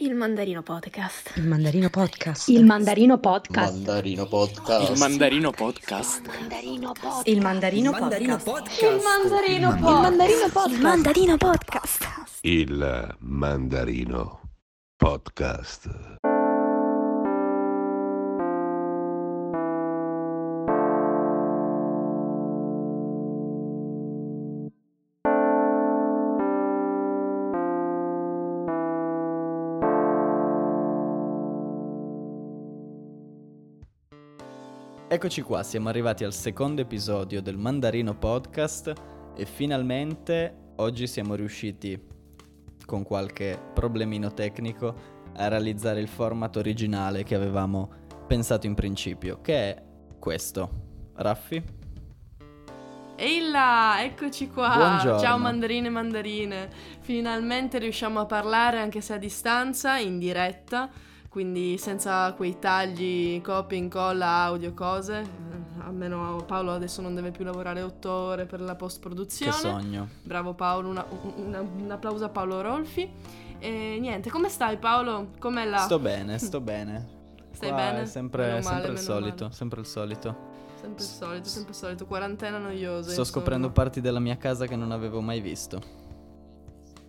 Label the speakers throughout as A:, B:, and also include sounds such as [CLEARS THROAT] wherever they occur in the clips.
A: Il Mandarino Podcast.
B: Il Mandarino Podcast.
C: Il Mandarino Podcast.
D: Mandarino Podcast.
E: Il Mandarino Podcast.
C: Il Mandarino
F: Podcast.
A: Il Mandarino Podcast. Il Mandarino Podcast.
G: Il Mandarino Podcast.
H: Eccoci qua, siamo arrivati al secondo episodio del Mandarino Podcast e finalmente oggi siamo riusciti, con qualche problemino tecnico, a realizzare il format originale che avevamo pensato in principio, che è questo. Raffi?
I: Ehi là, eccoci qua.
H: Buongiorno.
I: Ciao mandarine e mandarine. Finalmente riusciamo a parlare anche se a distanza, in diretta, quindi senza quei tagli, copia, incolla, audio, cose. Eh, Almeno Paolo adesso non deve più lavorare otto ore per la
H: Che
I: post-produzione.
H: sogno.
I: Bravo Paolo, una- una- un applauso a Paolo Rolfi. E niente, come stai Paolo? Com'è là?
H: Sto bene, sto bene.
I: Stai
H: Qua
I: bene?
H: È sempre,
I: Meno male,
H: sempre il
I: meno
H: solito,
I: male.
H: sempre il solito.
I: Sempre il solito, sempre il solito. Quarantena noiosa.
H: Sto scoprendo
I: insomma.
H: parti della mia casa che non avevo mai visto.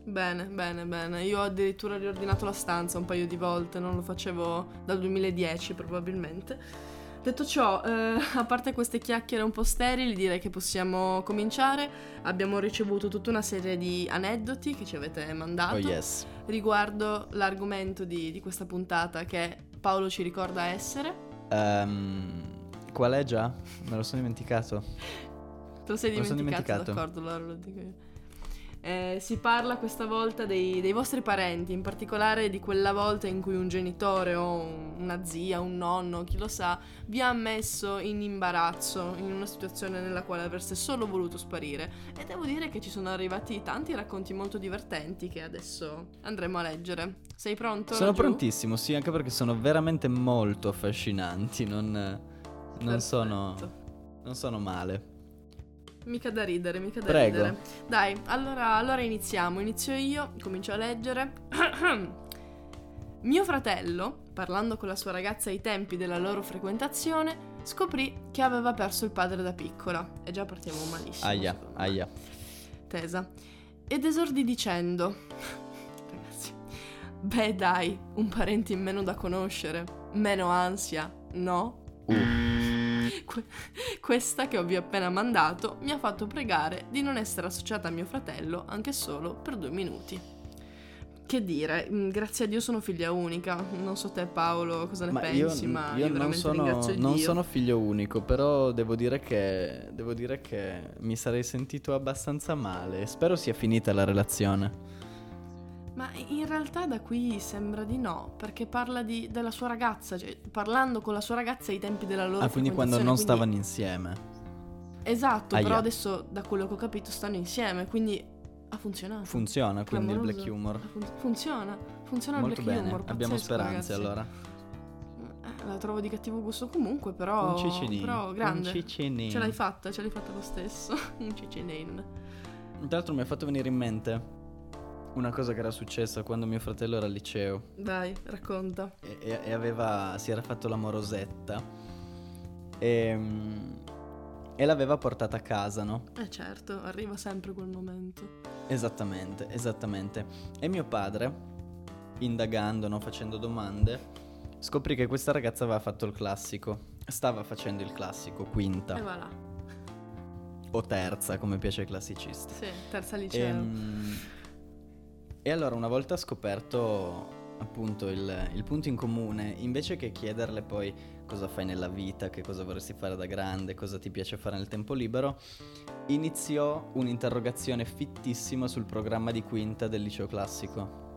I: Bene, bene, bene. Io ho addirittura riordinato la stanza un paio di volte, non lo facevo dal 2010 probabilmente. Detto ciò, eh, [LAUGHS] a parte queste chiacchiere un po' sterili, direi che possiamo cominciare. Abbiamo ricevuto tutta una serie di aneddoti che ci avete mandato
H: Oh yes.
I: riguardo l'argomento di, di questa puntata che Paolo ci ricorda essere.
H: Ehm, qual è già? Me lo sono dimenticato.
I: Te lo sei
H: Me lo sono
I: dimenticato,
H: dimenticato.
I: d'accordo, allora lo dico io. Eh, si parla questa volta dei, dei vostri parenti, in particolare di quella volta in cui un genitore o un- una zia, un nonno, chi lo sa, vi ha messo in imbarazzo in una situazione nella quale avreste solo voluto sparire. E devo dire che ci sono arrivati tanti racconti molto divertenti che adesso andremo a leggere. Sei pronto?
H: Sono
I: Raggiù?
H: prontissimo, sì, anche perché sono veramente molto affascinanti, non, non
I: Perfetto.
H: sono... Non sono male.
I: Mica da ridere, mica da
H: Prego.
I: ridere. Dai, allora, allora iniziamo. Inizio io, comincio a leggere. [CLEARS THROAT] Mio fratello, parlando con la sua ragazza ai tempi della loro frequentazione, scoprì che aveva perso il padre da piccola. E già partiamo malissimo.
H: Aia,
I: secondo me.
H: aia.
I: Tesa. Ed esordì dicendo: Ragazzi, beh, dai, un parente in meno da conoscere, meno ansia, no?
H: Mm.
I: Que- questa che vi ho appena mandato mi ha fatto pregare di non essere associata a mio fratello anche solo per due minuti. Che dire, mm, grazie a Dio sono figlia unica. Non so te Paolo cosa ne
H: Ma
I: pensi,
H: io,
I: ma
H: io
I: io,
H: non,
I: veramente
H: sono,
I: ringrazio
H: non
I: Dio.
H: sono figlio unico, però devo dire, che, devo dire che mi sarei sentito abbastanza male. Spero sia finita la relazione.
I: Ma in realtà da qui sembra di no, perché parla di- della sua ragazza, cioè parlando con la sua ragazza ai tempi della loro
H: Ah, quindi quando non
I: frequentazione,
H: stavano insieme.
I: quindi- Esatto,
H: Aia.
I: però adesso da quello che ho capito stanno insieme, quindi ha funzionato.
H: Funziona quindi il black
I: Clamoroso.
H: humor.
I: Ha fun- funziona, funziona
H: Molto
I: il black
H: bene,
I: humor.
H: abbiamo
I: pazzesco,
H: speranze
I: ragazzi.
H: allora.
I: Eh, la trovo di cattivo gusto comunque, però
H: un cicinino.
I: Oh, però
H: Un
I: grande.
H: cicinino.
I: Ce l'hai fatta, ce l'hai fatta lo stesso. [LAUGHS] un cicinin.
H: Tra l'altro mi ha fatto venire in mente una cosa che era successa quando mio fratello era al liceo.
I: Dai, racconta.
H: e, e- e aveva, si era fatto la morosetta e, mm, e l'aveva portata a casa, no?
I: Eh certo, arriva sempre quel momento.
H: Esattamente, esattamente. E mio padre, indagando, no, facendo domande, scoprì che questa ragazza aveva fatto il classico. Stava facendo il classico,
I: E
H: quinta
I: va là.
H: o terza, come piace ai classicisti.
I: Sì, terza liceo.
H: Ehm, E, allora una volta scoperto appunto il, il punto in comune, invece che chiederle poi cosa fai nella vita, che cosa vorresti fare da grande, cosa ti piace fare nel tempo libero, iniziò un'interrogazione fittissima sul programma di quinta del liceo classico.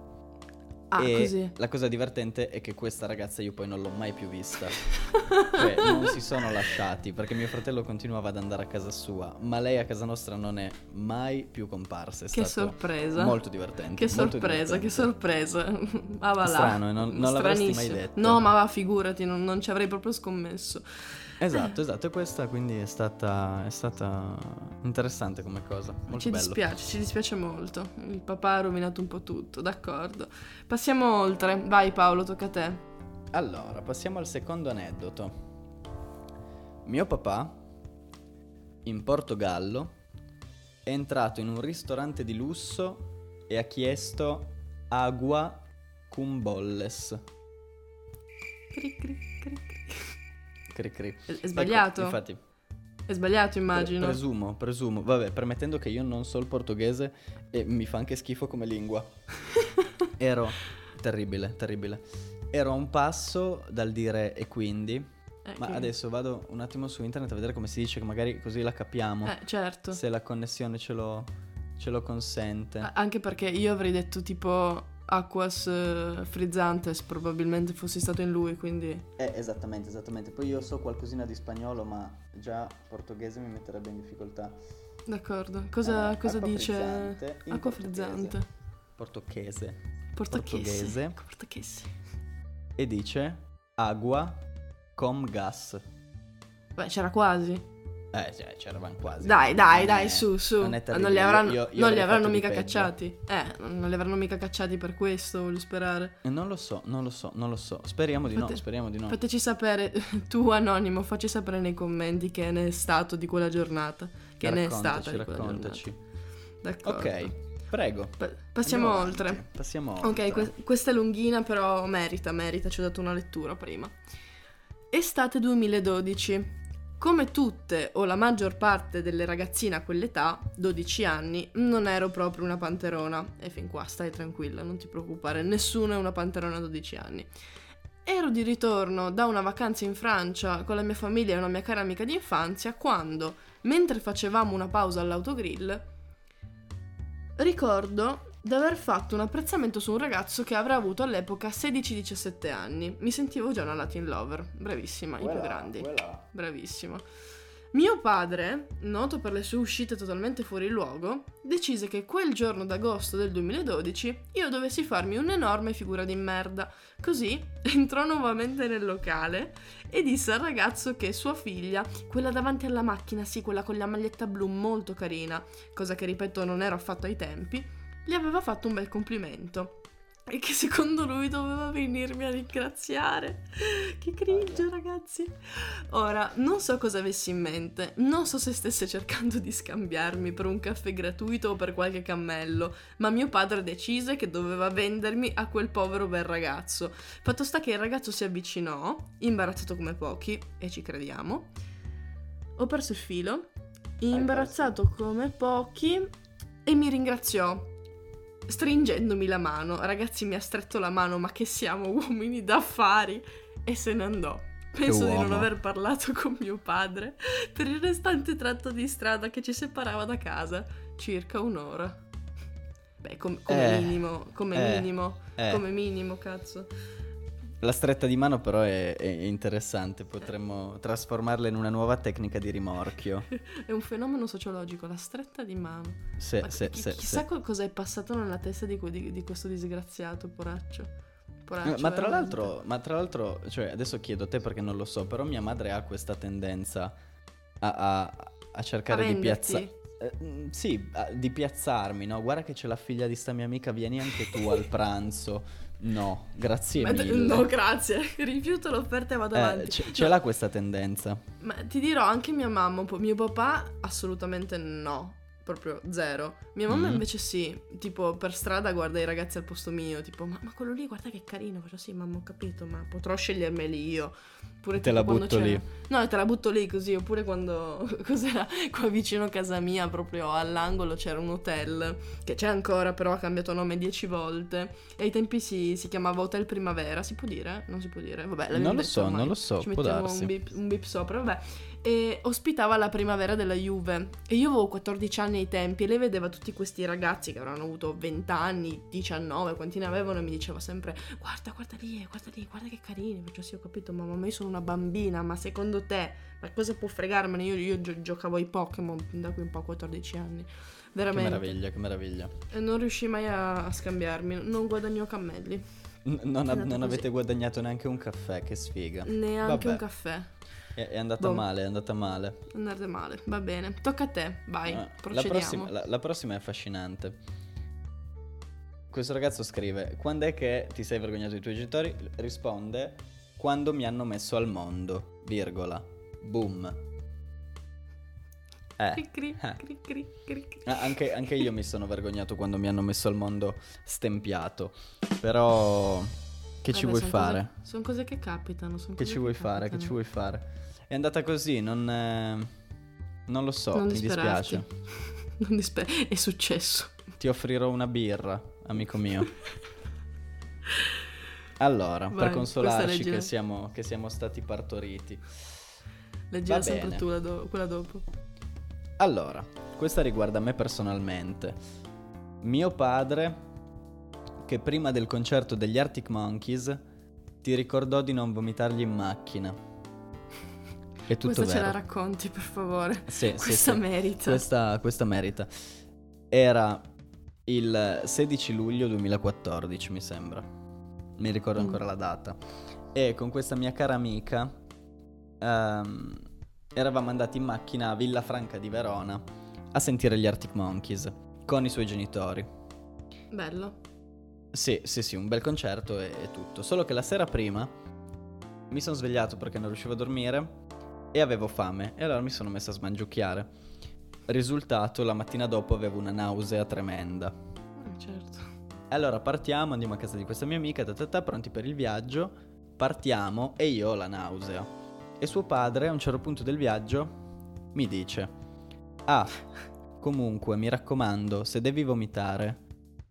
I: Ah,
H: e
I: così.
H: la cosa divertente è che questa ragazza io poi non l'ho mai più vista. Cioè, non si sono lasciati perché mio fratello continuava ad andare a casa sua, ma lei a casa nostra non è mai più comparsa. È
I: [LAUGHS] Che
H: stato
I: sorpresa.
H: Molto divertente.
I: Che
H: molto
I: sorpresa,
H: divertente.
I: che sorpresa. [LAUGHS] Ah, va là.
H: Strano, eh, non- non l'avresti mai
I: Stranissimo.
H: detto.
I: No, ma va, figurati, non, non ci avrei proprio scommesso. Eh,
H: Esatto, esatto, e questa quindi è stata, è stata interessante come cosa. Molto
I: ci
H: bello.
I: dispiace, ci dispiace molto. Il papà ha rovinato un po' tutto, d'accordo. Passiamo oltre. Vai Paolo, tocca a te.
H: Allora, passiamo al secondo aneddoto. Mio papà, in Portogallo, è entrato in un ristorante di lusso e ha chiesto agua cum bolles.
I: Cri, cri, cri, cri.
H: Cri cri.
I: È- È sbagliato?
H: Ecco, infatti, pre-
I: È sbagliato, immagino. [LAUGHS]
H: presumo, presumo. Vabbè, premettendo che io non so il portoghese e mi fa anche schifo come lingua. Ero terribile, terribile. Ero a un passo dal dire e quindi
I: Eh,
H: Ma
I: che-
H: adesso vado un attimo su internet a vedere come si dice, che magari così la capiamo.
I: Eh, certo.
H: Se la connessione ce lo, ce lo consente.
I: A- Anche perché io avrei detto tipo Aquas eh, Frizzantes, probabilmente fossi stato in lui, quindi...
H: Eh, esattamente, esattamente. Poi io so qualcosina di spagnolo, ma già portoghese mi metterebbe in difficoltà.
I: D'accordo. Cosa,
H: Eh,
I: cosa
H: acqua
I: dice...
H: frizzante in
I: Acqua
H: portoghese.
I: frizzante.
H: Portoghese. Portoghese.
I: Portoghese. Ecco, Portoghese.
H: E dice agua com gas.
I: Beh, c'era quasi.
H: Eh, cioè, c'eravamo quasi. Eh,
I: Dai, dai,
H: Non
I: dai,
H: è-
I: su, su.
H: Non, è terribile.
I: li avranno,
H: Io- io
I: non
H: avrei
I: li avranno
H: fatto di
I: mica
H: peggio.
I: cacciati. Eh, non li avranno mica cacciati per questo, voglio sperare.
H: Eh, Non lo so, non lo so, non lo so. Speriamo di no,
I: Fate-
H: speriamo di no.
I: Fateci sapere, [LAUGHS] tu anonimo, facci sapere nei commenti che ne è stato di quella giornata. Che ne è stata
H: Raccontaci,
I: di quella
H: raccontaci.
I: giornata. D'accordo.
H: Ok, prego.
I: Pa- passiamo
H: Andiamo
I: oltre.
H: avanti, Passiamo oltre.
I: Ok, que- questa è lunghina, però merita, merita, ci ho dato una lettura prima. Estate 2012. Come tutte o la maggior parte delle ragazzine a quell'età, 12 anni, non ero proprio una panterona. E fin qua stai tranquilla, non ti preoccupare, nessuno è una panterona a 12 anni. Ero di ritorno da una vacanza in Francia con la mia famiglia e una mia cara amica di infanzia quando, mentre facevamo una pausa all'autogrill, Ricordo di aver fatto un apprezzamento su un ragazzo che avrà avuto all'epoca 16-17 anni. Mi sentivo già una Latin lover. Bravissima, i più grandi. Bravissima. Mio padre, noto per le sue uscite totalmente fuori luogo, decise che quel giorno d'agosto del 2012 io dovessi farmi un'enorme figura di merda. Così [LAUGHS] entrò nuovamente nel locale e disse al ragazzo che sua figlia, quella davanti alla macchina, sì, quella con la maglietta blu molto carina, cosa che ripeto non era affatto ai tempi, gli aveva fatto un bel complimento. E che secondo lui doveva venirmi a ringraziare. Che cringe, ragazzi. Ora, non so cosa avessi in mente, non so se stesse cercando di scambiarmi per un caffè gratuito o per qualche cammello, ma mio padre decise che doveva vendermi a quel povero bel ragazzo. Fatto sta che il ragazzo si avvicinò, imbarazzato come pochi, e ci crediamo. Ho perso il filo, imbarazzato come pochi, e mi ringraziò. Stringendomi la mano, ragazzi mi ha stretto la mano, ma che siamo uomini d'affari! E se ne andò. Penso di non
H: uomo.
I: aver parlato [LAUGHS] con mio padre per il restante tratto di strada che ci separava da casa, circa un'ora. Beh, com- come
H: Eh,
I: minimo, come
H: eh,
I: minimo,
H: eh.
I: come minimo, cazzo.
H: La stretta di mano però è, è interessante, potremmo trasformarla in una nuova tecnica di rimorchio.
I: È un fenomeno sociologico, la stretta di mano.
H: Se,
I: Ma
H: Eh, se-
I: chi-
H: se-
I: chissà
H: se-
I: co- cosa è passato nella testa di, que- di- di questo disgraziato, poraccio.
H: Eh,
I: Poraccio,
H: Ma tra,
I: veramente.
H: l'altro, ma tra l'altro, cioè, adesso chiedo a te perché non lo so, però mia madre ha questa tendenza a, a- a cercare
I: A
H: di piazzare...
I: venderti?
H: Eh, mm, sì, a- di piazzarmi, no? Guarda che c'è la figlia di sta mia amica, vieni anche tu
I: [LAUGHS]
H: al pranzo. No, grazie
I: Ma-
H: mille.
I: No, grazie. [LAUGHS] Rifiuto l'offerta e vado
H: Eh,
I: avanti.
H: ce, ce
I: No,
H: l'ha questa tendenza.
I: Ma ti dirò anche mia mamma, un po'. mio papà assolutamente no, proprio zero. Mia mamma
H: Mm.
I: invece sì, tipo per strada guarda i ragazzi al posto mio, tipo ma, ma quello lì guarda che carino, faccio sì mamma ho capito, ma potrò scegliermeli io. Pure
H: Te
I: tipo
H: la
I: quando
H: butto
I: c'era-
H: lì.
I: No, te la butto lì così, oppure quando [LAUGHS] cos'era qua vicino a casa mia, proprio all'angolo c'era un hotel che c'è ancora, però ha cambiato nome dieci volte. E ai tempi si, si chiamava Hotel Primavera, si può dire? Non si può dire. Vabbè, l'abbiamo
H: Non lo
I: detto
H: so,
I: ormai.
H: non lo so,
I: Ci
H: può
I: mettiamo
H: darsi.
I: un bip, un bip sopra, vabbè. E ospitava la primavera della Juve. E io avevo 14 anni ai tempi e lei vedeva tutti questi ragazzi che avranno avuto 20 anni, 19, quanti ne avevano e mi diceva sempre guarda, guarda lì, guarda lì, guarda che carini. Faccio sì, ho capito, mamma, ma io sono una bambina, ma secondo te, ma cosa può fregarmene? Io, io gio- giocavo ai Pokémon da qui un po' a 14 anni.
H: Che
I: Veramente.
H: meraviglia, che meraviglia.
I: E non riuscii mai a, a scambiarmi, non guadagnò cammelli.
H: N- non, av-
I: È andato
H: non
I: Esatto, così.
H: avete guadagnato neanche un caffè, che sfiga.
I: Neanche
H: Vabbè. Eh.
I: un caffè.
H: È, è andata
I: Boh.
H: male, è andata male.
I: Andate male. Va bene. Tocca a te. Vai.
H: Eh, la,
I: procediamo.
H: prossima, la- la prossima è affascinante. Questo ragazzo scrive: Quando è che ti sei vergognato dei tuoi genitori? Risponde: Quando mi hanno messo al mondo, virgola. Boom. Eh.
I: Cri, cri,
H: Eh.
I: cri, cri, cri, cri.
H: Ah, Anche, anche io mi sono vergognato quando mi hanno messo al mondo stempiato. Però, che ci
I: Vabbè,
H: vuoi
I: son
H: fare?
I: Cose, sono cose che capitano. son
H: Che
I: cose
H: ci vuoi fare? Che
I: capitano.
H: ci vuoi fare? È andata così, non, eh, non lo so,
I: Non
H: mi
I: disperarti.
H: dispiace.
I: [LAUGHS] non disperare. È successo.
H: Ti offrirò una birra, amico mio. Allora,
I: Vai,
H: per consolarci
I: questa leggila.
H: che siamo, che siamo stati partoriti.
I: [LAUGHS] Leggila
H: Va
I: sempre
H: bene.
I: tu la do- quella dopo.
H: Allora, questa riguarda me personalmente. Mio padre, che prima del concerto degli Arctic Monkeys ti ricordò di non vomitargli in macchina. [LAUGHS] È tutto
I: Questa ce
H: vero.
I: la racconti, per favore.
H: Sì, sì,
I: Questa
H: sì.
I: merita.
H: Questa, questa merita. Era il 16 luglio 2014, mi sembra. Mi ricordo
I: Mm.
H: ancora la data. E con questa mia cara amica ehm, eravamo andati in macchina a Villafranca di Verona a sentire gli Arctic Monkeys con i suoi genitori.
I: Bello.
H: Sì, sì, sì, un bel concerto e, e tutto. Solo che la sera prima mi sono svegliato perché non riuscivo a dormire e avevo fame e allora mi sono messo a smangiucchiare. Risultato, la mattina dopo avevo una nausea tremenda.
I: Eh, certo.
H: Allora partiamo, andiamo a casa di questa mia amica, ta ta ta, pronti per il viaggio, partiamo e io ho la nausea. E suo padre a un certo punto del viaggio mi dice, ah, comunque mi raccomando, se devi vomitare,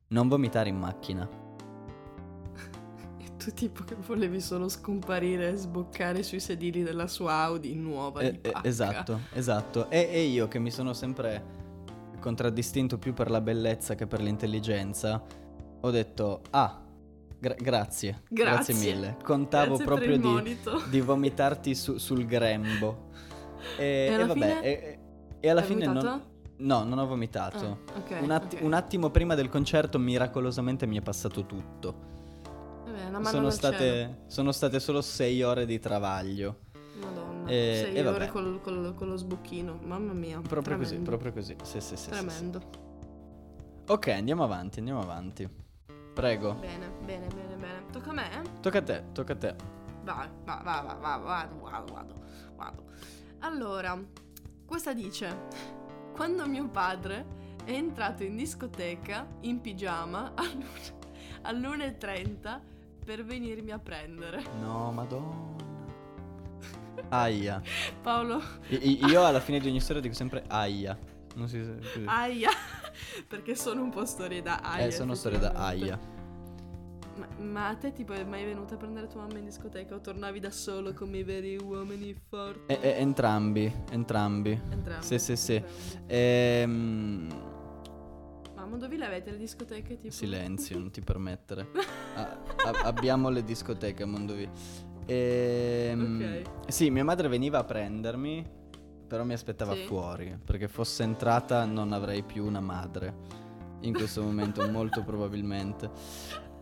H: non vomitare in macchina.
I: E tu tipo che volevi solo scomparire e sboccare sui sedili della sua Audi nuova
H: Eh,
I: di
H: eh,
I: pacca.
H: esatto, esatto. E, e io che mi sono sempre contraddistinto più per la bellezza che per l'intelligenza, ho detto, ah, gra- grazie,
I: Grazie.
H: mille. Contavo
I: Grazie per
H: proprio
I: il
H: di,
I: monito.
H: di vomitarti su- sul grembo. E, e
I: alla
H: vabbè,
I: fine?
H: e, e alla
I: Hai
H: fine non,
I: vomitato?
H: no, non ho vomitato.
I: Ah, ok,
H: un, atti-
I: ok.
H: un attimo prima del concerto miracolosamente mi è passato tutto.
I: Vabbè, una mano
H: Sono
I: dal cielo.
H: state, sono state solo sei ore di travaglio.
I: Madonna,
H: Eh,
I: sei
H: e
I: ore
H: vabbè.
I: col, col- con lo sbocchino, mamma mia.
H: Proprio così,
I: tremendo.
H: proprio così. Sì, sì, sì, sì, sì.
I: Tremendo.
H: Ok, andiamo avanti, andiamo avanti. Prego.
I: Bene, bene, bene, bene. Tocca a me?
H: Tocca a te, tocca a te.
I: Vai, vai, vai, vai, vai, vado, vado, vado, vado. Allora, questa dice: Quando mio padre è entrato in discoteca in pigiama [LAUGHS] alle 1.30 per venirmi a prendere.
H: No, madonna. Aia.
I: Paolo,
H: I- i- io alla fine di ogni storia dico sempre aia. Non si sa così.
I: aia! [LAUGHS] Perché sono un po' storie da aia.
H: eh, sono storie da
I: effettivamente.
H: aia.
I: Ma, ma a te tipo è mai venuta a prendere tua mamma in discoteca o tornavi da solo come i veri uomini forti?
H: E- e- entrambi, entrambi.
I: Entrambi.
H: Sì, sì, sì.
I: entrambi.
H: Ehm,
I: Mamma, dove le avete le discoteche? Tipo?
H: Silenzio,
I: [LAUGHS]
H: non ti permettere. A- a- abbiamo le discoteche a Mondovì. Ehm, Sì, mia madre veniva a prendermi, però mi aspettava
I: Sì.
H: fuori, perché fosse entrata non avrei più una madre. In questo
I: [LAUGHS]
H: momento, molto probabilmente.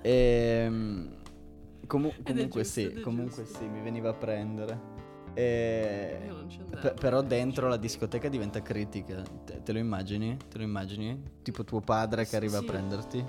H: Ehm, comu-
I: Ed è
H: comunque
I: giusto, ed
H: sì,
I: è
H: comunque
I: giusto.
H: sì, mi veniva a prendere. E-
I: Io non ci andavo,
H: pe- però
I: eh,
H: dentro
I: ci
H: la
I: andavo.
H: discoteca diventa critica. Te, te lo immagini? Te lo immagini? Tipo tuo padre che
I: Sì,
H: arriva
I: sì.
H: a prenderti?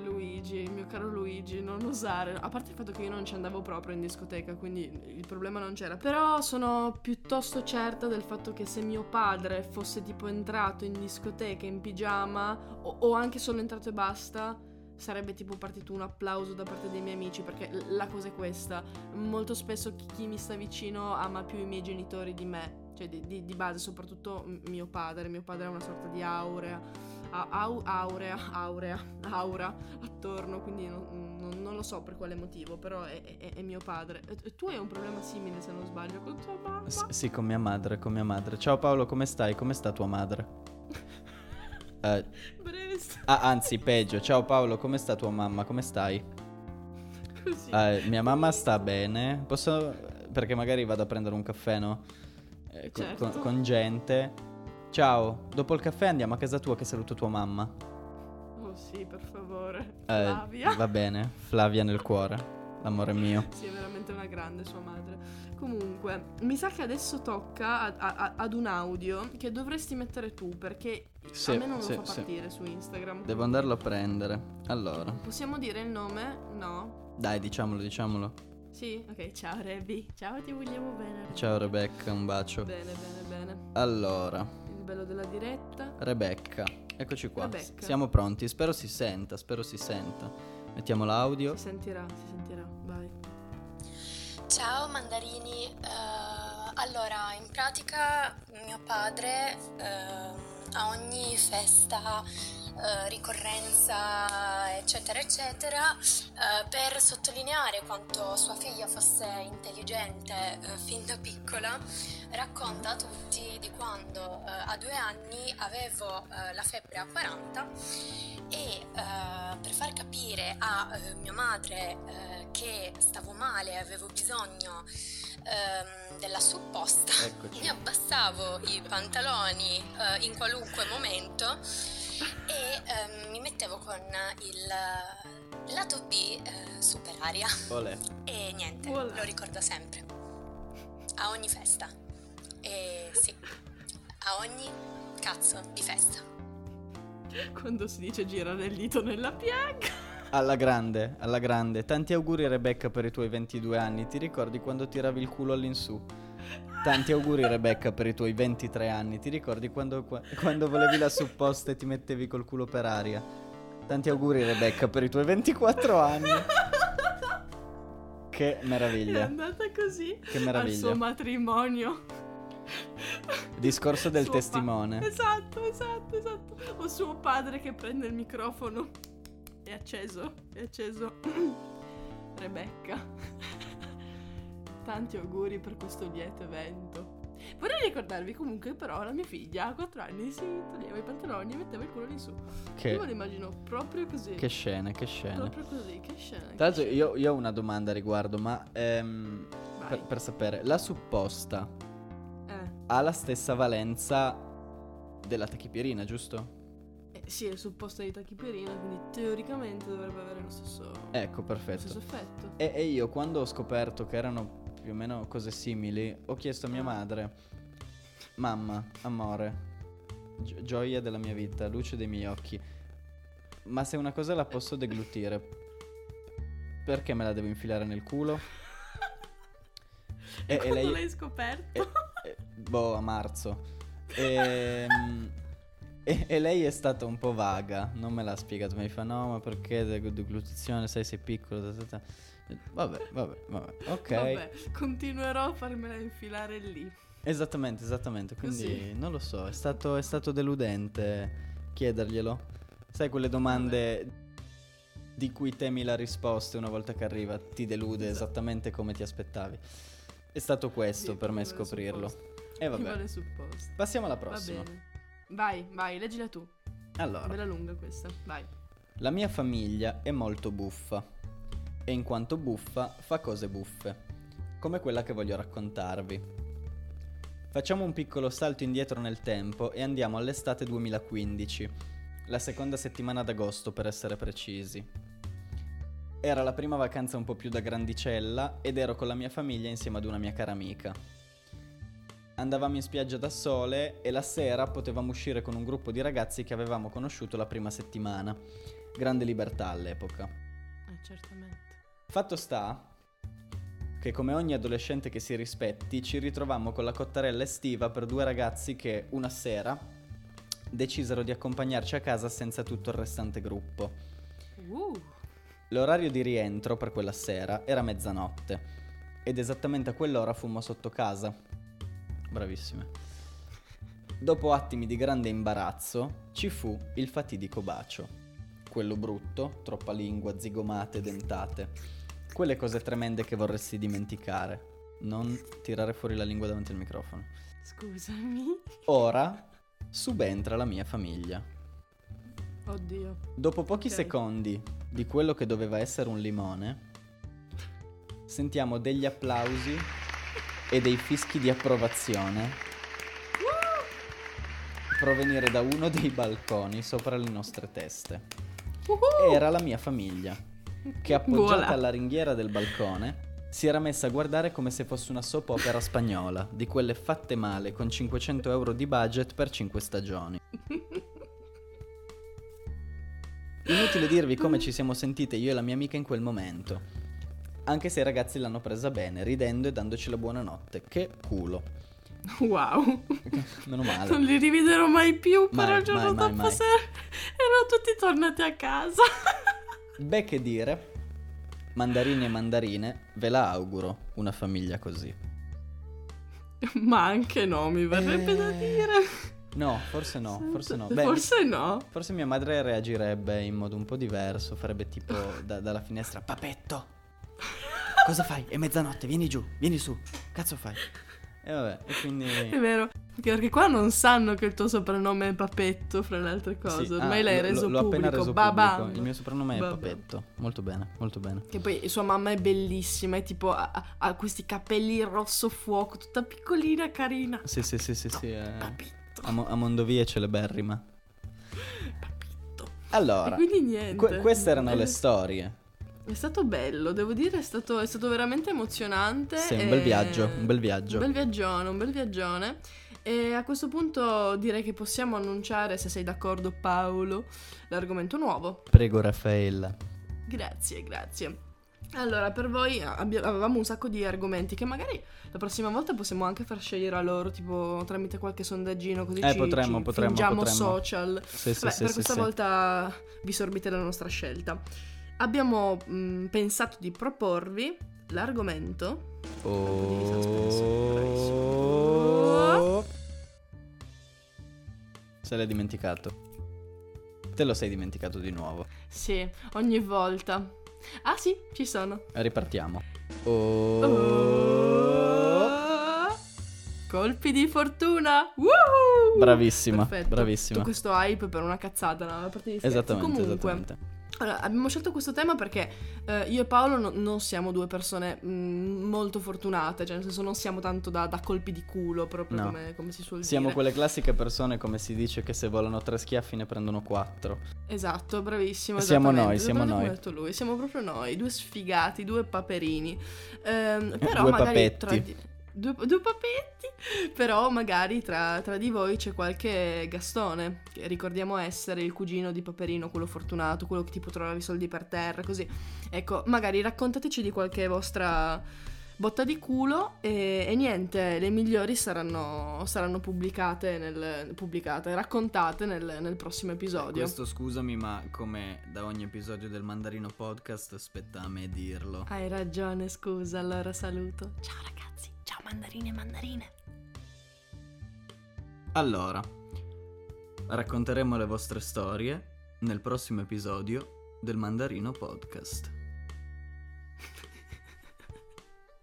I: [LAUGHS] Luigi, mio caro Luigi, non osare. A parte il fatto che io non ci andavo proprio in discoteca, quindi il problema non c'era. Però sono piuttosto certa del fatto che se mio padre fosse tipo entrato in discoteca in pigiama o, o anche solo entrato e basta, sarebbe tipo partito un applauso da parte dei miei amici. Perché l- la cosa è questa: molto spesso chi, chi mi sta vicino ama più i miei genitori di me. Cioè, di, di- di base, soprattutto m- mio padre. Mio padre ha una sorta di aurea. a- au- aurea, aurea, aura attorno, quindi non, non- non lo so per quale motivo, però è, è- è mio padre. E- e Tu hai un problema simile, se non sbaglio, con tua mamma.
H: S- sì, con mia madre, con mia madre. Ciao Paolo, come stai? Come sta tua madre? Eh,
I: Breve
H: ah, anzi, peggio. Ciao Paolo, come sta tua mamma? Come stai?
I: così.
H: Eh, mia mamma sta bene. Posso... Perché magari vado a prendere un caffè, no? Eh, co-
I: Certo.
H: con, con gente. Ciao, dopo il caffè andiamo a casa tua che saluto tua mamma.
I: Oh, sì, per favore.
H: Eh,
I: Flavia.
H: va bene, Flavia nel cuore, l'amore mio.
I: Sì, è veramente una grande sua madre. Comunque, mi sa che adesso tocca a- a- a- ad un audio che dovresti mettere tu perché
H: Sì,
I: a me non
H: sì,
I: lo fa
H: sì.
I: partire su Instagram.
H: Devo andarlo a prendere. Allora,
I: Possiamo dire il nome? No?
H: dai, diciamolo, diciamolo.
I: Sì? Ok, ciao Rebby. Ciao, ti vogliamo bene.
H: Ciao Rebecca, un bacio.
I: Bene, bene, bene.
H: Allora,
I: Il bello della diretta.
H: Rebecca, eccoci qua.
I: Rebecca.
H: Siamo pronti, spero si senta, spero si senta. Mettiamo l'audio.
I: Si sentirà, si sentirà. Vai. [LAUGHS]
B: Ciao mandarini, Eh, allora in pratica mio padre ehm, a ogni festa, eh, ricorrenza eccetera eccetera, eh, per sottolineare quanto sua figlia fosse intelligente eh, fin da piccola, racconta a tutti di quando eh, a due anni avevo eh, la febbre a 40 e eh, per far capire a eh, mia madre eh, che stavo male e avevo bisogno ehm, della supposta [LAUGHS]
H: Eccoci.
B: mi abbassavo i pantaloni eh, in qualunque momento e ehm, mi mettevo con il lato B eh, superaria
H: Olè.
B: e niente,
I: Voilà.
B: lo ricordo sempre. A ogni festa. E sì, a ogni cazzo di festa.
I: Quando si dice girare il dito nella piaga.
H: Alla grande, alla grande. Tanti auguri Rebecca per i tuoi 22 anni. Ti ricordi quando tiravi il culo all'insù? Tanti auguri Rebecca per i tuoi 23 anni. Ti ricordi quando, qua- quando volevi la supposta e ti mettevi col culo per aria? Tanti auguri Rebecca per i tuoi 24
I: [LAUGHS]
H: anni. Che
I: È
H: meraviglia.
I: andata così.
H: Che
I: Al suo
H: meraviglia.
I: matrimonio.
H: Discorso del
I: Suo pa-
H: testimone.
I: esatto, esatto, esatto. O suo padre che prende il microfono. È acceso, è acceso. [CLEARS THROAT] Rebecca. [LAUGHS] Tanti auguri per questo lieto evento. Vorrei ricordarvi comunque però la mia figlia a 4 anni si toglieva i pantaloni e metteva il culo lì su. Io me lo
H: Che,
I: immagino proprio così.
H: che scene, che scene.
I: proprio così, che scena.
H: Tra l'altro
I: che
H: io, io ho una domanda a riguardo, ma ehm,
I: scena. Vai.
H: per- per sapere, la supposta
I: Eh.
H: ha la stessa valenza della tachipirina, giusto?
I: Eh, sì, è il supposto di tachipirina, quindi teoricamente dovrebbe avere lo stesso, lo
H: Ecco, perfetto.
I: stesso effetto.
H: E, e io quando ho scoperto che erano più o meno cose simili, ho chiesto a mia madre, mamma, amore, gio- gioia della mia vita, luce dei miei occhi, ma se una cosa la posso deglutire, perché me la devo infilare nel culo? E- e
I: Quando
H: lei-
I: l'hai scoperto?
H: E- e- boh, a marzo. Ehm, E, e lei è stata un po' vaga, non me l'ha spiegato, mi fa no, ma perché de- deglutizione, sai sei piccolo, ta, ta, ta." Vabbè, vabbè, vabbè, ok. Eh,
I: Vabbè, continuerò a farmela infilare lì.
H: Esattamente, esattamente, quindi
I: Così.
H: non lo so, è stato, è stato deludente chiederglielo. Sai quelle domande di cui temi la risposta e una volta che arriva ti delude esattamente come ti aspettavi. È stato questo
I: Esatto. Sì,
H: per me
I: mi vale
H: scoprirlo.
I: supposto.
H: E
I: Mi
H: vabbè.
I: vale supposto.
H: Passiamo alla
I: Va
H: prossima.
I: bene. Vai, vai, leggila tu.
H: Allora,
I: Bella lunga questa. Vai.
H: la mia famiglia è molto buffa e in quanto buffa fa cose buffe, come quella che voglio raccontarvi. Facciamo un piccolo salto indietro nel tempo e andiamo all'estate 2015, la seconda settimana d'agosto per essere precisi. Era la prima vacanza un po' più da grandicella ed ero con la mia famiglia insieme ad una mia cara amica. Andavamo in spiaggia da sole e la sera potevamo uscire con un gruppo di ragazzi che avevamo conosciuto la prima settimana. Grande libertà all'epoca.
I: Eh, certamente.
H: Fatto sta che come ogni adolescente che si rispetti ci ritrovammo con la cottarella estiva per due ragazzi che una sera decisero di accompagnarci a casa senza tutto il restante gruppo.
I: Uh,
H: L'orario di rientro per quella sera era mezzanotte ed esattamente a quell'ora fummo sotto casa. Bravissime. Dopo attimi di grande imbarazzo ci fu il fatidico bacio. Quello brutto, troppa lingua, zigomate, dentate. Quelle cose tremende che vorresti dimenticare. Non tirare fuori la lingua davanti al microfono.
I: scusami.
H: Ora subentra la mia famiglia.
I: Oddio.
H: Dopo pochi
I: Ok.
H: secondi di quello che doveva essere un limone, sentiamo degli applausi e dei fischi di approvazione provenire da uno dei balconi sopra le nostre teste.
I: Uhuh.
H: Era la mia famiglia, che appoggiata
I: Voilà.
H: alla ringhiera del balcone si era messa a guardare come se fosse una soap opera spagnola, di quelle fatte male con 500 euro di budget per 5 stagioni. Inutile dirvi come
I: Mm.
H: ci siamo sentite io e la mia amica in quel momento. Anche se i ragazzi l'hanno presa bene, ridendo e dandoci la buonanotte. Che
I: [LAUGHS]
H: culo.
I: [LAUGHS] Wow.
H: [LAUGHS] Meno male.
I: Non li rivedrò mai più, però
H: Mai,
I: il giorno
H: mai, mai,
I: dopo
H: mai.
I: se- erano tutti tornati a casa. [LAUGHS]
H: Beh, che dire, mandarini e mandarine, ve la auguro una famiglia così.
I: Ma anche no, mi verrebbe da
H: Eh,
I: dire.
H: No, forse no, forse no. Beh,
I: Forse no.
H: forse mia madre reagirebbe in modo un po' diverso, farebbe tipo da- dalla finestra, papetto, cosa fai? È mezzanotte, vieni giù, vieni su, cazzo fai? E vabbè, e
I: È
H: quindi...
I: vero. Perché, perché qua non sanno che il tuo soprannome è Papetto, fra le altre cose.
H: Sì,
I: Ormai
H: ah,
I: l'hai
H: lo-
I: reso
H: l'ho
I: pubblico.
H: appena reso
I: Babà.
H: pubblico. Il mio soprannome è
I: Babà.
H: Papetto. Molto bene, molto bene.
I: Che poi sua mamma è bellissima, è tipo ha, ha- ha questi capelli rosso fuoco, tutta piccolina, carina.
H: Sì, sì, sì, sì, sì. eh,
I: Papitto,
H: a, Mo- a Mondovì è celeberrima.
I: papitto. E
H: Allora,
I: quindi niente.
H: que- queste erano le
I: Eh,
H: storie.
I: È stato bello, devo dire, è stato, è stato veramente emozionante.
H: Sì, un
I: e-
H: bel viaggio, un bel viaggio.
I: Un bel viaggione, un bel viaggione. E a questo punto direi che possiamo annunciare, se sei d'accordo Paolo, l'argomento nuovo.
H: Prego Raffaella.
I: Grazie, grazie. Allora, per voi abbia- avevamo un sacco di argomenti che magari la prossima volta possiamo anche far scegliere a loro, tipo tramite qualche sondaggino, così
H: Eh,
I: ci,
H: potremmo,
I: ci
H: potremmo,
I: fingiamo
H: potremmo.
I: social.
H: Sì, sì,
I: Vabbè,
H: sì,
I: per
H: sì,
I: questa
H: sì.
I: volta vi sorbite la nostra scelta. Abbiamo mh, pensato di proporvi l'argomento. Un po' di suspense, bravissimo.
H: Oh. Se l'hai dimenticato. Te lo sei dimenticato di nuovo.
I: Sì, ogni volta. Ah sì, ci sono.
H: Ripartiamo. Oh.
I: Oh. Colpi di fortuna! Woohoo!
H: Bravissima,
I: Perfetto.
H: bravissima.
I: Tutto questo hype per una cazzata, no? A parte gli scherzi.
H: Esattamente,
I: Comunque,
H: esattamente.
I: Allora, abbiamo scelto questo tema perché eh, io e Paolo no- non siamo due persone mm, molto fortunate, cioè nel senso non siamo tanto da, da colpi di culo, proprio
H: No.
I: come, come si suol
H: Siamo
I: dire.
H: quelle classiche persone, come si dice, che se volano tre schiaffi ne prendono quattro.
I: Esatto, bravissimo.
H: Siamo
I: esattamente,
H: noi, siamo
I: esattamente
H: noi.
I: come ha detto lui. Siamo proprio noi, due sfigati, due paperini. Ehm, però
H: Eh, Due
I: magari
H: papetti.
I: tra di- Due, due papetti, però magari tra, tra di voi c'è qualche Gastone, che ricordiamo essere il cugino di Paperino, quello fortunato, quello che tipo trovava i soldi per terra, così. Ecco, magari raccontateci di qualche vostra botta di culo e, e niente, le migliori saranno, saranno pubblicate, nel, pubblicate, raccontate nel, nel prossimo episodio.
H: Cioè, Questo scusami, ma come da ogni episodio del Mandarino Podcast, spetta a me dirlo.
I: Hai ragione, scusa, allora saluto. Ciao ragazzi.
A: Ciao mandarine e mandarine.
H: Allora, racconteremo le vostre storie nel prossimo episodio del Mandarino
I: [LAUGHS]
H: Podcast.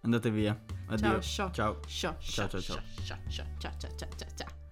H: Andate via. Addio.
I: Ciao, sciocco.
H: Ciao.
I: Ciao,
H: Ciao, ciao,
I: ciao,
H: ciao.
I: ciao, ciao, ciao, ciao, ciao, ciao.